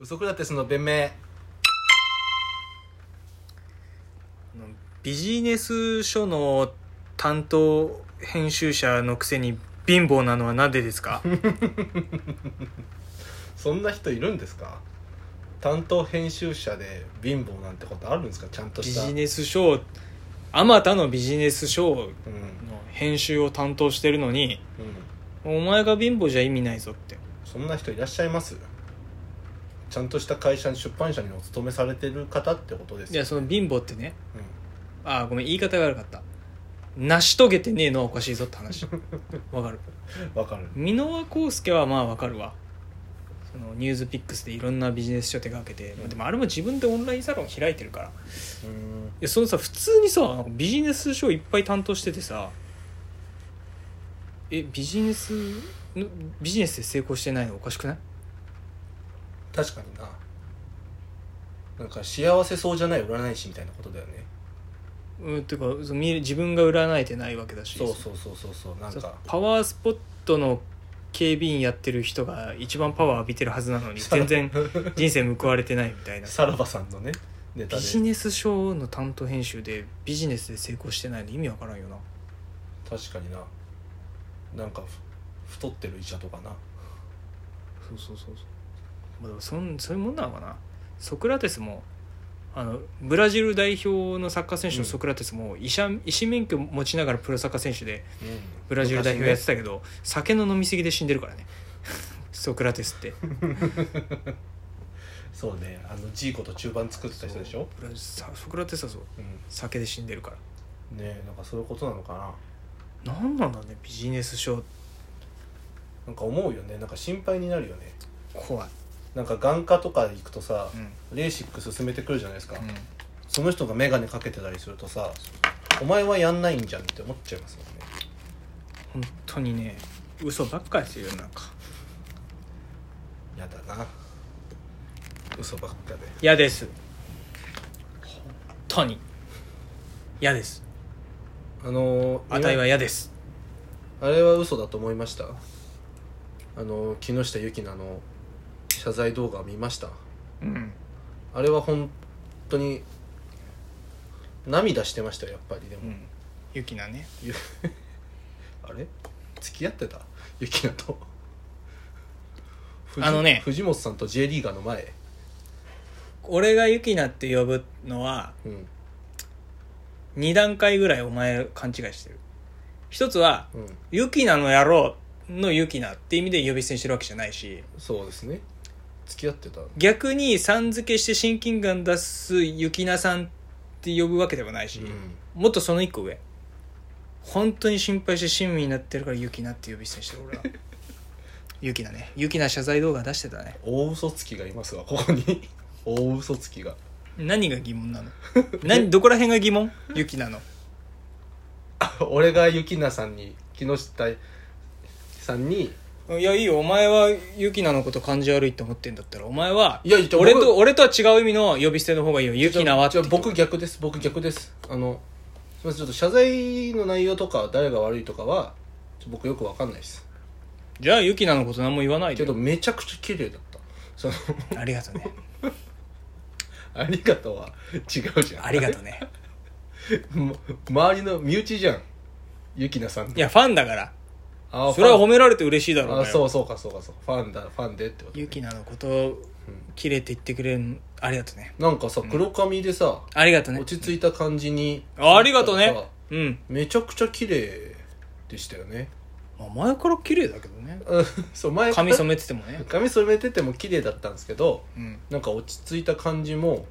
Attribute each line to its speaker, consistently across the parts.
Speaker 1: ウソクラテスの弁明うん
Speaker 2: ビジネス書の担当編集者のくせに貧乏なのはなんでです か
Speaker 1: そんな人いるんですか担当編集者で貧乏なんてことあるんですかちゃんと
Speaker 2: ビ
Speaker 1: した
Speaker 2: ジネス書あまたのビジネス書の
Speaker 1: うんうん
Speaker 2: 編集を担当してるのにお前が貧乏じゃ意味ないぞって
Speaker 1: そんな人いらっしゃいますちゃんとした会社に出版社にお勤めされてる方ってことです
Speaker 2: いやその貧乏ってね
Speaker 1: うん
Speaker 2: あーごめん言い方が悪かった成し遂げてねえのはおかしいぞって 話わかる
Speaker 1: わかる
Speaker 2: 箕輪康介はまあわかるわそのニュースピックスでいろんなビジネス書手がけて、まあでもあれも自分でオンラインサロン開いてるから
Speaker 1: うん
Speaker 2: いやそのさ普通にさなんかビジネス書いっぱい担当しててさえビジネスのビジネスで成功してないのおかしくない
Speaker 1: 確かにななんか幸せそうじゃない占い師みたいなことだよね
Speaker 2: うんっていうかその見る自分が占えてないわけだし
Speaker 1: そうそうそうそうそうなん
Speaker 2: そう
Speaker 1: か
Speaker 2: パワースポットの警備員やってる人が一番パワー浴びてるはずなのに全然人生報われてないみ たいな
Speaker 1: さらばさんのねネタ
Speaker 2: ビ
Speaker 1: で
Speaker 2: ジネス書の担当編集でビジネスで成功してないの意味わからんよな
Speaker 1: 確かにななんかふ太ってる医者とかな
Speaker 2: そうそうそうそうまあでもそんそういうもんなのかなソクラテスもあのブラジル代表のサッカー選手のソクラテスも医者、医師免許持ちながらプロサッカー選手でブラジル代表やってたけど、酒の飲み過ぎで死んでるからね ソクラテスって
Speaker 1: そうねあのジーコと中盤作ってた人でしょ
Speaker 2: ブラジルさソクラテスはそう
Speaker 1: う、
Speaker 2: 酒で死んでるから
Speaker 1: ん、ねえなんかそういうことなのかな
Speaker 2: なんなんだねビジネス書
Speaker 1: なんか思うよねなんか心配になるよね
Speaker 2: 怖い、
Speaker 1: なんか眼科とか行くとさ、
Speaker 2: うん
Speaker 1: レーシック進めてくるじゃないですか、その人が眼鏡かけてたりするとさお前はやんないんじゃんって思っちゃいますもんね
Speaker 2: 本当にね嘘ばっかりするよなんか
Speaker 1: やだな嘘ばっかで
Speaker 2: 嫌です本当に嫌です
Speaker 1: あのー
Speaker 2: あたいは嫌です
Speaker 1: あれは嘘だと思いましたあの木下ゆきなの謝罪動画見ました
Speaker 2: うん
Speaker 1: あれは本当に涙してましたよやっぱりでも、
Speaker 2: うんゆきなね
Speaker 1: ゆあれ付き合ってたゆきなと藤
Speaker 2: あのね
Speaker 1: 藤本さんと J リーガーの前
Speaker 2: 俺がゆきなって呼ぶのは
Speaker 1: うん
Speaker 2: 2段階ぐらいお前勘違いしてる一つは
Speaker 1: うん
Speaker 2: ゆきなの野郎のゆきなって意味で呼び捨てにしてるわけじゃないし
Speaker 1: そうですね付き合ってた
Speaker 2: 逆にさん付けして親近感出すゆきなさんって呼ぶわけでもないし、
Speaker 1: うん
Speaker 2: もっとその一個上本当に心配して親身になってるからゆきなって呼び捨てにしてる俺 はゆきなねゆきな謝罪動画出してたね
Speaker 1: 大嘘つきがいますわここに 大嘘つきが
Speaker 2: 何が疑問なの 何どこら辺が疑問ゆきなの
Speaker 1: 俺がゆきなさんに木下さんに
Speaker 2: いやいいよお前はゆきなのこと感じ悪いって思ってんだったらお前はい
Speaker 1: やいや僕
Speaker 2: 俺と俺とは違う意味の呼び捨ての方がいいよゆきなはって
Speaker 1: じゃあ僕逆です僕逆ですあのすみませんちょっと謝罪の内容とか誰が悪いとかはちょ僕よくわかんないです
Speaker 2: じゃあゆきなのこと何も言わないで
Speaker 1: けどめちゃくちゃ綺麗だったその
Speaker 2: ありがとうね
Speaker 1: ありがとうは違うじゃん
Speaker 2: ありがと うね
Speaker 1: も周りの身内じゃんゆきなさんの
Speaker 2: いやファンだから
Speaker 1: あー
Speaker 2: それは
Speaker 1: ファ
Speaker 2: 褒められて嬉しいだろ
Speaker 1: ン
Speaker 2: う
Speaker 1: あ
Speaker 2: が
Speaker 1: ー
Speaker 2: よ
Speaker 1: そうそうかそうかそうファンだファンでってこと
Speaker 2: ゆきなのこと綺麗って言ってくれるのありがとうね
Speaker 1: なんかさ黒髪でさ、
Speaker 2: ありがとうね
Speaker 1: 落ち着いた感じに
Speaker 2: あありがとうね
Speaker 1: なんか
Speaker 2: うん、
Speaker 1: めちゃくちゃ綺麗でしたよね
Speaker 2: まあ、前から綺麗だけどね
Speaker 1: うんそう前
Speaker 2: 髪染めててもね
Speaker 1: 髪染めてても綺麗だったんですけど
Speaker 2: うん、
Speaker 1: なんか落ち着いた感じも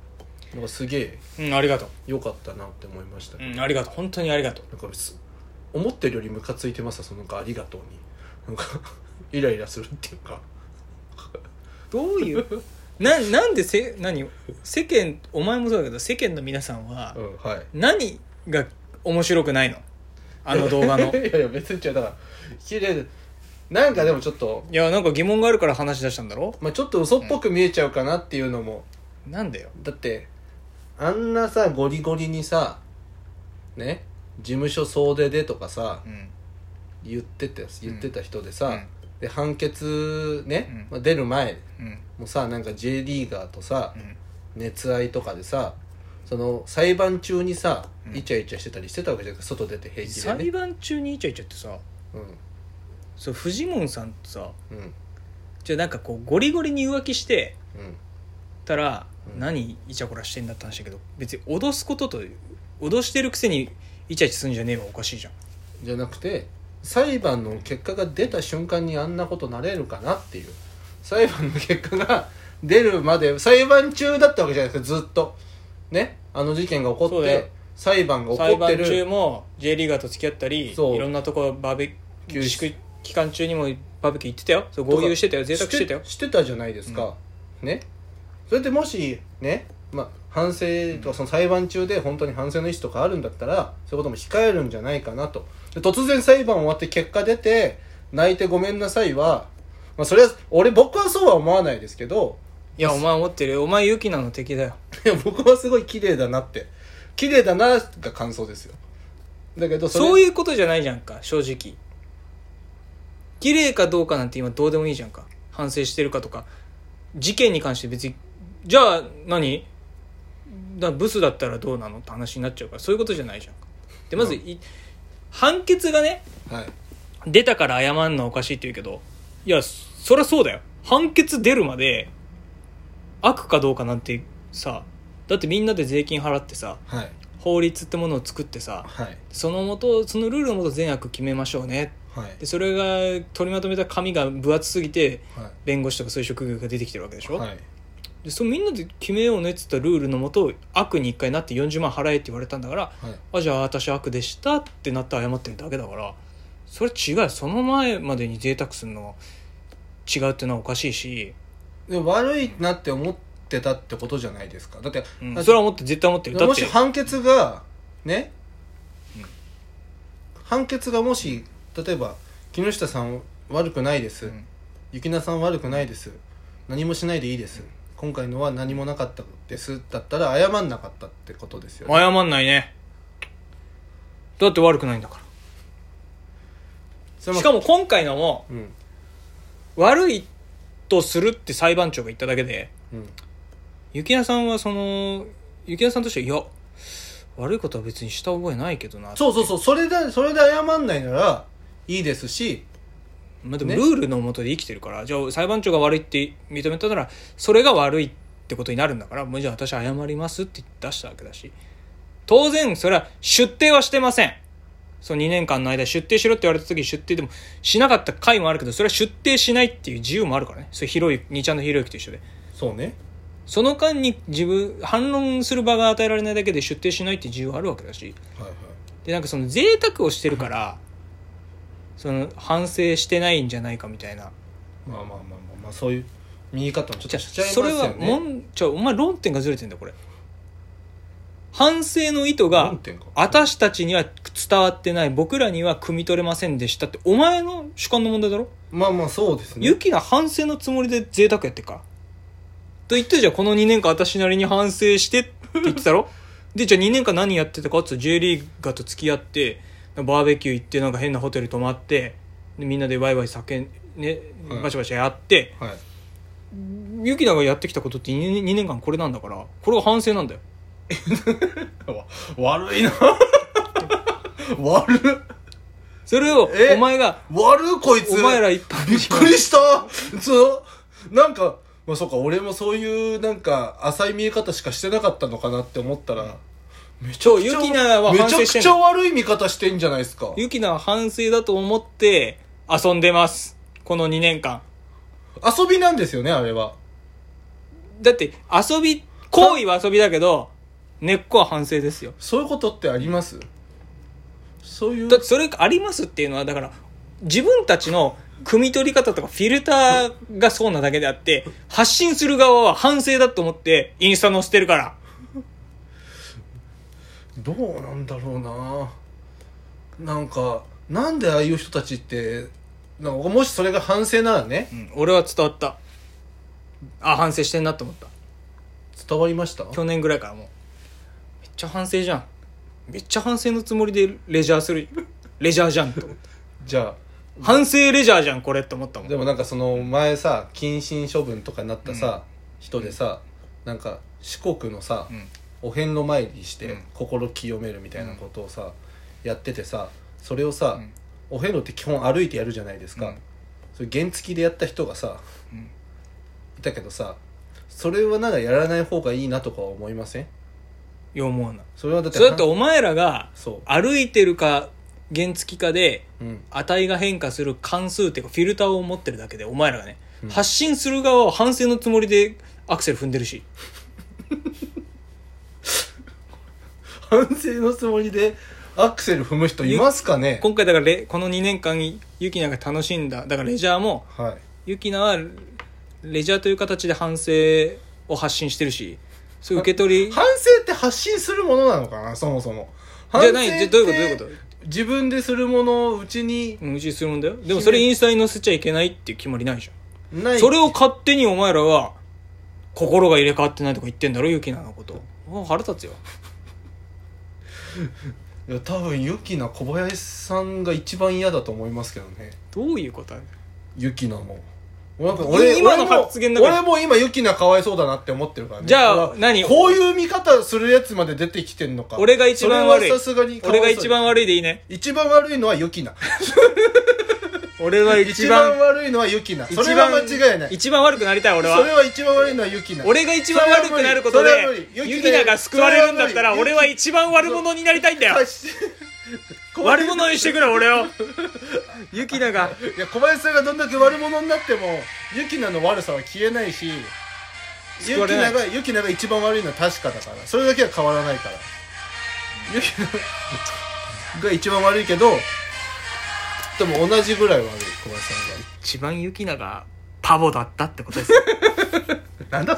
Speaker 1: なんかすげえ
Speaker 2: うん、ありがとう
Speaker 1: 良かったなって思いました、
Speaker 2: うんありがとう本当にありがとう
Speaker 1: なんかす思ってるよりムカついてますそのなんか「ありがとうに」なんかイライラするっていうか
Speaker 2: どういう ななんでせ何世間お前もそうだけど世間の皆さんは
Speaker 1: うんはい
Speaker 2: 何が面白くないのあの動画のい
Speaker 1: いやいや別に違うだから綺麗でなんかでもちょっと
Speaker 2: やなんか疑問があるから話し出したんだろ
Speaker 1: まあちょっと嘘っぽく見えちゃうかなっていうのも、
Speaker 2: なんだよ
Speaker 1: だってあんなさゴリゴリにさね事務所総出でとかさ
Speaker 2: うん
Speaker 1: 言ってて言ってた人でさ、
Speaker 2: うん
Speaker 1: で判決ね、
Speaker 2: うん
Speaker 1: まあ、出る前
Speaker 2: うん
Speaker 1: もさなんか J リーガーとさ
Speaker 2: うん
Speaker 1: 熱愛とかでさその裁判中にさ、
Speaker 2: うん
Speaker 1: イチャイチャしてたりしてたわけじゃなくて外出て平気で
Speaker 2: 裁
Speaker 1: ね
Speaker 2: 判中にイチャイチャってさそうフジモンさんとさ
Speaker 1: うんうん
Speaker 2: じゃあなんかこうゴリゴリに浮気して
Speaker 1: うん
Speaker 2: たら、
Speaker 1: うん
Speaker 2: 何イチャコラしてんだって話だけど別に脅すことと脅してるくせにイチャイチャすんじゃねえわおかしいじゃん
Speaker 1: じゃなくて裁判の結果が出た瞬間にあんなことなれるかなっていう裁判の結果が出るまで裁判中だったわけじゃないですかずっとねあの事件が起こ
Speaker 2: そ
Speaker 1: っ
Speaker 2: うだよ
Speaker 1: て裁判が起
Speaker 2: 裁
Speaker 1: こって
Speaker 2: 判中
Speaker 1: る
Speaker 2: も J リーガーと付き合ったりい
Speaker 1: そう
Speaker 2: ろんなとこバーベキ
Speaker 1: 休
Speaker 2: ュー
Speaker 1: 止
Speaker 2: 自粛期間中にもバーベキュー行ってたよそう合流してたよ贅沢してたよ
Speaker 1: してたじゃないですか、ねそれでもしね、まあ、反省とかその裁判中で本当に反省の意思とかあるんだったらそういうことも控えるんじゃないかなとで突然裁判終わって結果出て泣いてごめんなさいは、まあ、それは俺僕はそうは思わないですけど
Speaker 2: いやお前思ってるよお前ユキナの敵だよ
Speaker 1: いや僕はすごい綺麗だなって綺麗だなが感想ですよだけど
Speaker 2: そうそう
Speaker 1: う
Speaker 2: いうことじゃないじゃんか正直綺麗かどうかなんて今どうでもいいじゃんか反省してるかとか事件に関して別にじゃあ何だブスだったらどうなのって話になっちゃうからそういうことじゃないじゃんかでまず、い判決がね
Speaker 1: はい
Speaker 2: 出たから謝んのはおかしいって言うけどいやそりゃそうだよ判決出るまで悪かどうかなんてさだってみんなで税金払ってさ
Speaker 1: はい
Speaker 2: 法律ってものを作ってさ
Speaker 1: はい
Speaker 2: そのもとそのルールのもと善悪決めましょうね
Speaker 1: はい
Speaker 2: でそれが取りまとめた紙が分厚すぎて
Speaker 1: はい
Speaker 2: 弁護士とかそういう職業が出てきてるわけでしょ、
Speaker 1: はい
Speaker 2: でそうみんなで決めようねっつったルールのもと悪に一回なって40万払えって言われたんだから
Speaker 1: はい
Speaker 2: あじゃあ私悪でしたってなって謝ってるだけだからそれ違うその前までに贅沢するのは違うっていうのはおかしいし、
Speaker 1: でも悪いなって思ってたってことじゃないですかだって、
Speaker 2: うん
Speaker 1: あ
Speaker 2: それは思って絶対思ってるだっ
Speaker 1: も
Speaker 2: て
Speaker 1: し判決がね、判決がもし例えば木下さん悪くないです、
Speaker 2: うん
Speaker 1: 雪菜さん悪くないです何もしないでいいです、今回のは何もなかったですだったら謝んなかったってことですよね
Speaker 2: 謝んないねだって悪くないんだか
Speaker 1: それ
Speaker 2: ら
Speaker 1: も
Speaker 2: しかも今回のも
Speaker 1: うん
Speaker 2: 悪いとするって裁判長が言っただけで
Speaker 1: うん
Speaker 2: 雪菜さんはその雪菜さんとしてはいや悪いことは別にした覚えないけどな
Speaker 1: そうそうそうそれでそれで謝んないならいいですし
Speaker 2: まあ、でも
Speaker 1: ね
Speaker 2: ルールのもとで生きてるから、じゃあ裁判長が悪いって認めたならそれが悪いってことになるんだからもうじゃあ私謝りますって出したわけだし当然それは出廷はしてませんその2年間の間出廷しろって言われた時に出廷でもしなかった回もあるけどそれは出廷しないっていう自由もあるからねそれ広い2ちゃんのひろゆきと一緒で
Speaker 1: そうね
Speaker 2: その間に自分反論する場が与えられないだけで出廷しないっていう自由はあるわけだし
Speaker 1: はいはい
Speaker 2: でなんかその贅沢をしてるからその反省してないんじゃないかみたいな
Speaker 1: まあまあまあまあ、まあ、そういう見方もちょっ
Speaker 2: じ
Speaker 1: と
Speaker 2: ゃ
Speaker 1: しちゃいます
Speaker 2: そ
Speaker 1: よ
Speaker 2: れ
Speaker 1: ね
Speaker 2: はもんじゃお前論点がずれてんだよこれ反省の意図が
Speaker 1: 論点か
Speaker 2: 私たちには伝わってない僕らには汲み取れませんでしたってお前の主観の問題だろ
Speaker 1: まあまあそうですね
Speaker 2: ユキが反省のつもりで贅沢やってっからと言ってじゃあこの2年間私なりに反省してって言ってた ろでじゃあ2年間何やってたかっつったら J リーガーと付き合ってバーベキュー行ってなんか変なホテル泊まってでみんなでワイワイ酒ね
Speaker 1: はい
Speaker 2: バシャバシャやって、
Speaker 1: はい
Speaker 2: ユキナがやってきたことって 2, 年間これなんだからこれが反省なんだよ
Speaker 1: わ悪いな 悪っ
Speaker 2: それを
Speaker 1: え
Speaker 2: お前が
Speaker 1: 悪っこいつ
Speaker 2: お前ら一般
Speaker 1: びっくりしたそうなんかまあそうか俺もそういうなんか浅い見え方しかしてなかったのかなって思ったらめちゃ
Speaker 2: そう
Speaker 1: くちゃ
Speaker 2: ユキナは
Speaker 1: め
Speaker 2: 反
Speaker 1: ちゃ
Speaker 2: 省
Speaker 1: く
Speaker 2: してん
Speaker 1: ちゃ
Speaker 2: の
Speaker 1: 悪い見方してんじゃないですか
Speaker 2: ユキナは反省だと思って遊んでますこの2年間
Speaker 1: 遊びなんですよねあれは
Speaker 2: だって遊び行為は遊びだけど根っこは反省ですよ
Speaker 1: そういうことってありますそういう
Speaker 2: だってそれありますっていうのはだから自分たちの汲み取り方とかフィルターがそうなだけであって発信する側は反省だと思ってインスタ載せてるから
Speaker 1: どうなんだろうななんかなんでああいう人たちってなんかもしそれが反省ならね
Speaker 2: うん、俺は伝わったあ反省してんなと思った
Speaker 1: 伝わりました
Speaker 2: 去年ぐらいからもうめっちゃ反省じゃんめっちゃ反省のつもりでレジャーするレジャーじゃんと思った
Speaker 1: じゃあ
Speaker 2: 反省レジャーじゃんこれって思ったもん
Speaker 1: でもなんかその前さ謹慎処分とかになったさ、人でさなんか四国のさ、
Speaker 2: うん
Speaker 1: お遍路参りし
Speaker 2: う
Speaker 1: て
Speaker 2: ん
Speaker 1: 心清めるみたいなことをさ、やっててさそれをさ、
Speaker 2: うん
Speaker 1: お遍路って基本歩いてやるじゃないですか、
Speaker 2: うん
Speaker 1: それ原付でやった人がさ
Speaker 2: うん
Speaker 1: いたけどさそれはなんかやらない方がいいなとかは思いません
Speaker 2: いや思わない
Speaker 1: それはだって
Speaker 2: そうだってお前らが
Speaker 1: そ
Speaker 2: 歩いてるか原付かで
Speaker 1: う、うん、
Speaker 2: 値が変化する関数っていうかフィルターを持ってるだけでお前らがね、
Speaker 1: うん
Speaker 2: 発信する側は反省のつもりでアクセル踏んでるし
Speaker 1: 反省のつもりでアクセル踏む人いますかね
Speaker 2: 今回だからレこの2年間ユキナが楽しんだだからレジャーも
Speaker 1: はい
Speaker 2: ユキナはレジャーという形で反省を発信してるしそういう受け取り
Speaker 1: 反省って発信するものなのかなそもそも
Speaker 2: じゃないじゃどういうことどういう
Speaker 1: と
Speaker 2: こと
Speaker 1: 自分でするものをうちに
Speaker 2: 無視するもんだよでもそれインスタに載せちゃいけないっていう決まりないじゃ
Speaker 1: ない
Speaker 2: んそれを勝手にお前らは心が入れ替わってないとか言ってんだろユキナのこともう腹立つよ
Speaker 1: いや多分ユキナ小林さんが一番嫌だと思いますけどね
Speaker 2: どういうこと
Speaker 1: ユキナもなんか
Speaker 2: 今
Speaker 1: 俺
Speaker 2: の
Speaker 1: も
Speaker 2: 発言の中で
Speaker 1: 俺も今ユキナかわいそうだなって思ってるからね
Speaker 2: じゃあ
Speaker 1: だから
Speaker 2: 何
Speaker 1: こういう見方するやつまで出てきてんのか
Speaker 2: 俺が一番悪
Speaker 1: そ
Speaker 2: い
Speaker 1: れはさすがにかわい
Speaker 2: 俺
Speaker 1: そう
Speaker 2: が一番悪いでいいね
Speaker 1: 一番悪いのはユキナ
Speaker 2: 俺は
Speaker 1: 一番悪いのはユキナそれは間違いない
Speaker 2: 一番悪くなりたい俺
Speaker 1: それ
Speaker 2: は
Speaker 1: は一番悪いのはユキナ
Speaker 2: 俺が一番悪くなること
Speaker 1: それは無
Speaker 2: で
Speaker 1: 理それは無理
Speaker 2: ユキナが救われるんだっ
Speaker 1: そ
Speaker 2: たら
Speaker 1: れは無理
Speaker 2: 俺は一番悪者になりたいん だよ
Speaker 1: 貸して
Speaker 2: 悪者にしてくれ俺を ユキナが
Speaker 1: いや小林さんがどんだけ悪者になってもユキナの悪さは消えないしユ
Speaker 2: 救わ
Speaker 1: キ
Speaker 2: れな
Speaker 1: ナ
Speaker 2: い
Speaker 1: がユキナが一番悪いのは確かだからそれだけは変わらないからユキナが一番悪いけどでも同じぐらい悪い小林さん
Speaker 2: 一番ユキナがパボだったってことですよ
Speaker 1: がなんだ